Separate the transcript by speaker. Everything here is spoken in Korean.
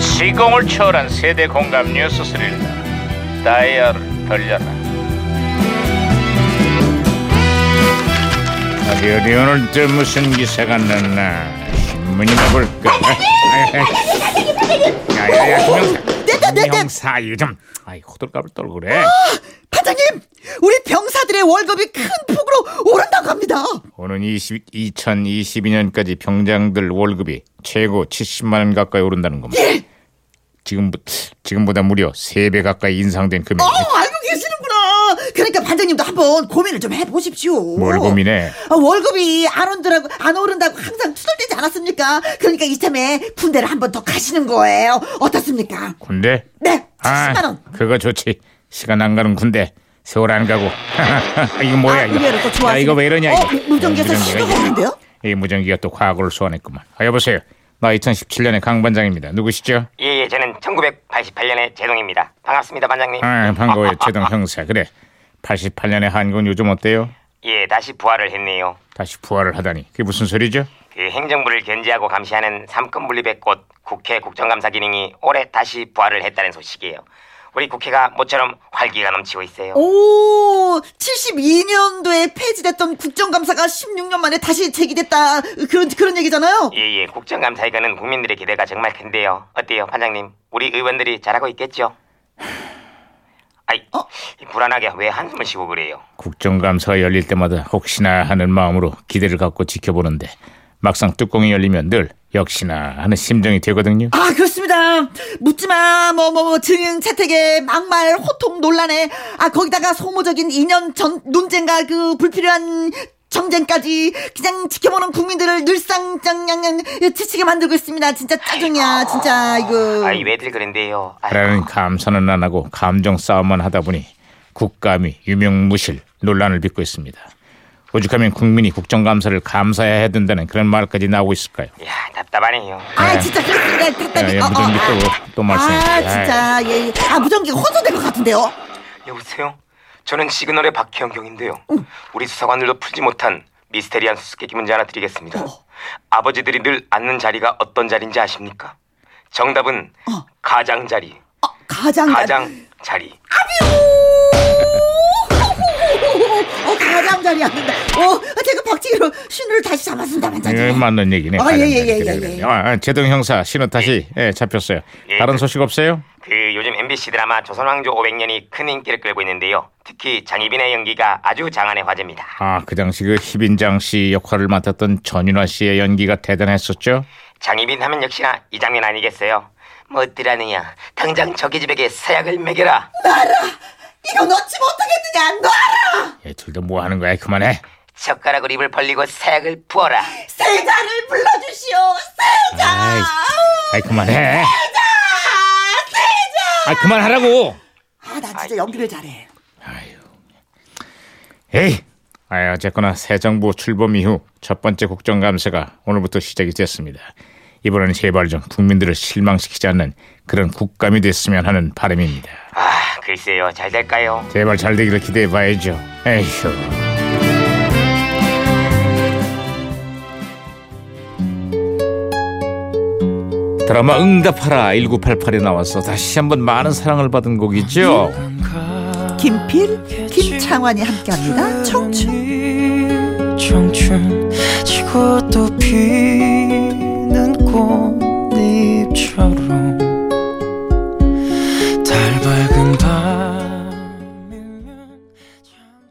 Speaker 1: 시공을 초월한 세대 공감 뉴스 스릴러 다이얼을 돌려라 어디 어디 오늘 또 무슨 기사가 났나 신문이나 볼까 야야야
Speaker 2: 됐다, 됐다.
Speaker 1: 김영사 이좀 아이 호들갑을 떨고 그래
Speaker 2: 반장님, 우리 병사들의 월급이 큰 폭으로 오른다고 합니다.
Speaker 1: 오는 20, 2022년까지 병장들 월급이 최고 70만 원 가까이 오른다는 겁니다
Speaker 2: 예,
Speaker 1: 지금부, 지금보다 무려 3배 가까이 인상된 금액
Speaker 2: 어, 알고 계시는구나. 그러니까 반장님도 한번 고민을 좀 해보십시오.
Speaker 1: 뭘 고민해?
Speaker 2: 아, 월급이 안 오른다고, 안 오른다고 항상 투덜대지 않았습니까? 그러니까 이참에 군대를 한번 더 가시는 거예요. 어떻습니까?
Speaker 1: 군대?
Speaker 2: 네,
Speaker 1: 아,
Speaker 2: 70만 원.
Speaker 1: 그거 좋지. 시간 안 가는 군대. 세월 안 가고. 이거 뭐야
Speaker 2: 아,
Speaker 1: 이거?
Speaker 2: 의외로 또 좋아하시네.
Speaker 1: 야, 이거 왜 이러냐?
Speaker 2: 어,
Speaker 1: 이거.
Speaker 2: 무- 무전기에서
Speaker 1: 무전기가
Speaker 2: 신호가
Speaker 1: 이거.
Speaker 2: 오는데요?
Speaker 1: 이 무전기가 또 과거를 소환했구만. 아, 여보세요. 나 2017년의 강 반장입니다. 누구시죠?
Speaker 3: 예, 예, 저는 1988년의 제동입니다. 반갑습니다, 반장님.
Speaker 1: 아, 반가워요, 최동 형사. 그래. 88년의 한군 요즘 어때요?
Speaker 3: 예, 다시 부활을 했네요.
Speaker 1: 다시 부활을 하다니. 그게 무슨 소리죠?
Speaker 3: 그 행정부를 견제하고 감시하는 삼권 분립의 꽃 국회 국정감사 기능이 올해 다시 부활을 했다는 소식이에요. 우리 국회가 모처럼 활기가 넘치고 있어요.
Speaker 2: 오, 72년도에 폐지됐던 국정감사가 16년 만에 다시 제기됐다. 그런, 그런 얘기잖아요.
Speaker 3: 예, 예, 국정감사에가는 국민들의 기대가 정말 큰데요. 어때요, 반장님? 우리 의원들이 잘하고 있겠죠? 아이,
Speaker 2: 어?
Speaker 3: 불안하게 왜 한숨을 쉬고 그래요?
Speaker 1: 국정감사가 열릴 때마다 혹시나 하는 마음으로 기대를 갖고 지켜보는데 막상 뚜껑이 열리면 늘 역시나 하는 심정이 되거든요.
Speaker 2: 아 그렇습니다 묻지마 뭐 뭐 뭐 증인 채택에 막말 호통 논란에 아 거기다가 소모적인 인연 전 논쟁과 그 불필요한 정쟁까지 그냥 지켜보는 국민들을 늘상장양양 지치게 만들고 있습니다 진짜 짜증이야 진짜 이거
Speaker 3: 아이, 왜들 그런데요? 아이고.
Speaker 1: 라는 감사는 안 하고 감정 싸움만 하다 보니 국감이 유명무실 논란을 빚고 있습니다. 오죽하면 국민이 국정감사를 감사해야 된다는 그런 말까지 나오고 있을까요?
Speaker 3: 야, 답답하네요.
Speaker 2: 아 진짜 그렇습니다 답답해
Speaker 1: 야, 야, 무전기 또, 또 말씀해.
Speaker 2: 아 진짜 예, 예. 아 무전기 혼선된 것 같은데요 어,
Speaker 3: 여보세요? 저는 시그널의 박혜영경인데요. 우리 수사관들도 풀지 못한 미스테리한 수수께끼 문제 하나 드리겠습니다. 아버지들이 늘 앉는 자리가 어떤 자리인지 아십니까? 정답은 가장자리,
Speaker 2: 아, 가장
Speaker 3: 가장자리.
Speaker 2: 어 가장 자리 앉는다 어 제가 박치기로 신호를 다시 잡았습니다
Speaker 1: 예,
Speaker 2: 반장님
Speaker 1: 맞는 얘기네.
Speaker 2: 아, 예, 예, 예, 예,
Speaker 1: 그래,
Speaker 2: 예.
Speaker 1: 그래. 아, 아, 제동 형사 신호 다시 예, 잡혔어요.
Speaker 3: 예.
Speaker 1: 다른 소식 없어요?
Speaker 3: 그 요즘 MBC 드라마 조선왕조 500년이 큰 인기를 끌고 있는데요. 특히 장희빈의 연기가 아주 장안의 화제입니다.
Speaker 1: 아, 그 당시 그 희빈장 씨 역할을 맡았던 전윤화 씨의 연기가 대단했었죠.
Speaker 3: 장희빈 하면 역시나 이 장면 아니겠어요? 뭐들하느냐 당장 저기 집에게 사약을 먹여라.
Speaker 2: 이거 넣지 못하겠느냐 놔라
Speaker 1: 예, 둘다 뭐 하는 거야? 그만해.
Speaker 3: 젓가락으로 입을 벌리고 사약을 부어라.
Speaker 2: 세자를 불러주시오 세자
Speaker 1: 아이,
Speaker 2: 아우,
Speaker 1: 아이 그만해.
Speaker 2: 세자
Speaker 1: 아, 그만하라고.
Speaker 2: 세자 아 나 진짜 연기를 잘해
Speaker 1: 아유. 에이. 아, 어쨌거나 새 정부 출범 이후 첫 번째 국정감사가 오늘부터 시작이 됐습니다. 이번에는 제발 좀 국민들을 실망시키지 않는 그런 국감이 됐으면 하는 바람입니다.
Speaker 3: 아 글쎄요 잘 될까요?
Speaker 1: 제발 잘 되기를 기대해 봐야죠. 에휴. 드라마 응답하라 1988에 나와서 다시 한번 많은 사랑을 받은 곡이죠.
Speaker 2: 김필 김창환이 함께합니다 청춘
Speaker 4: 청춘 지고 또 피.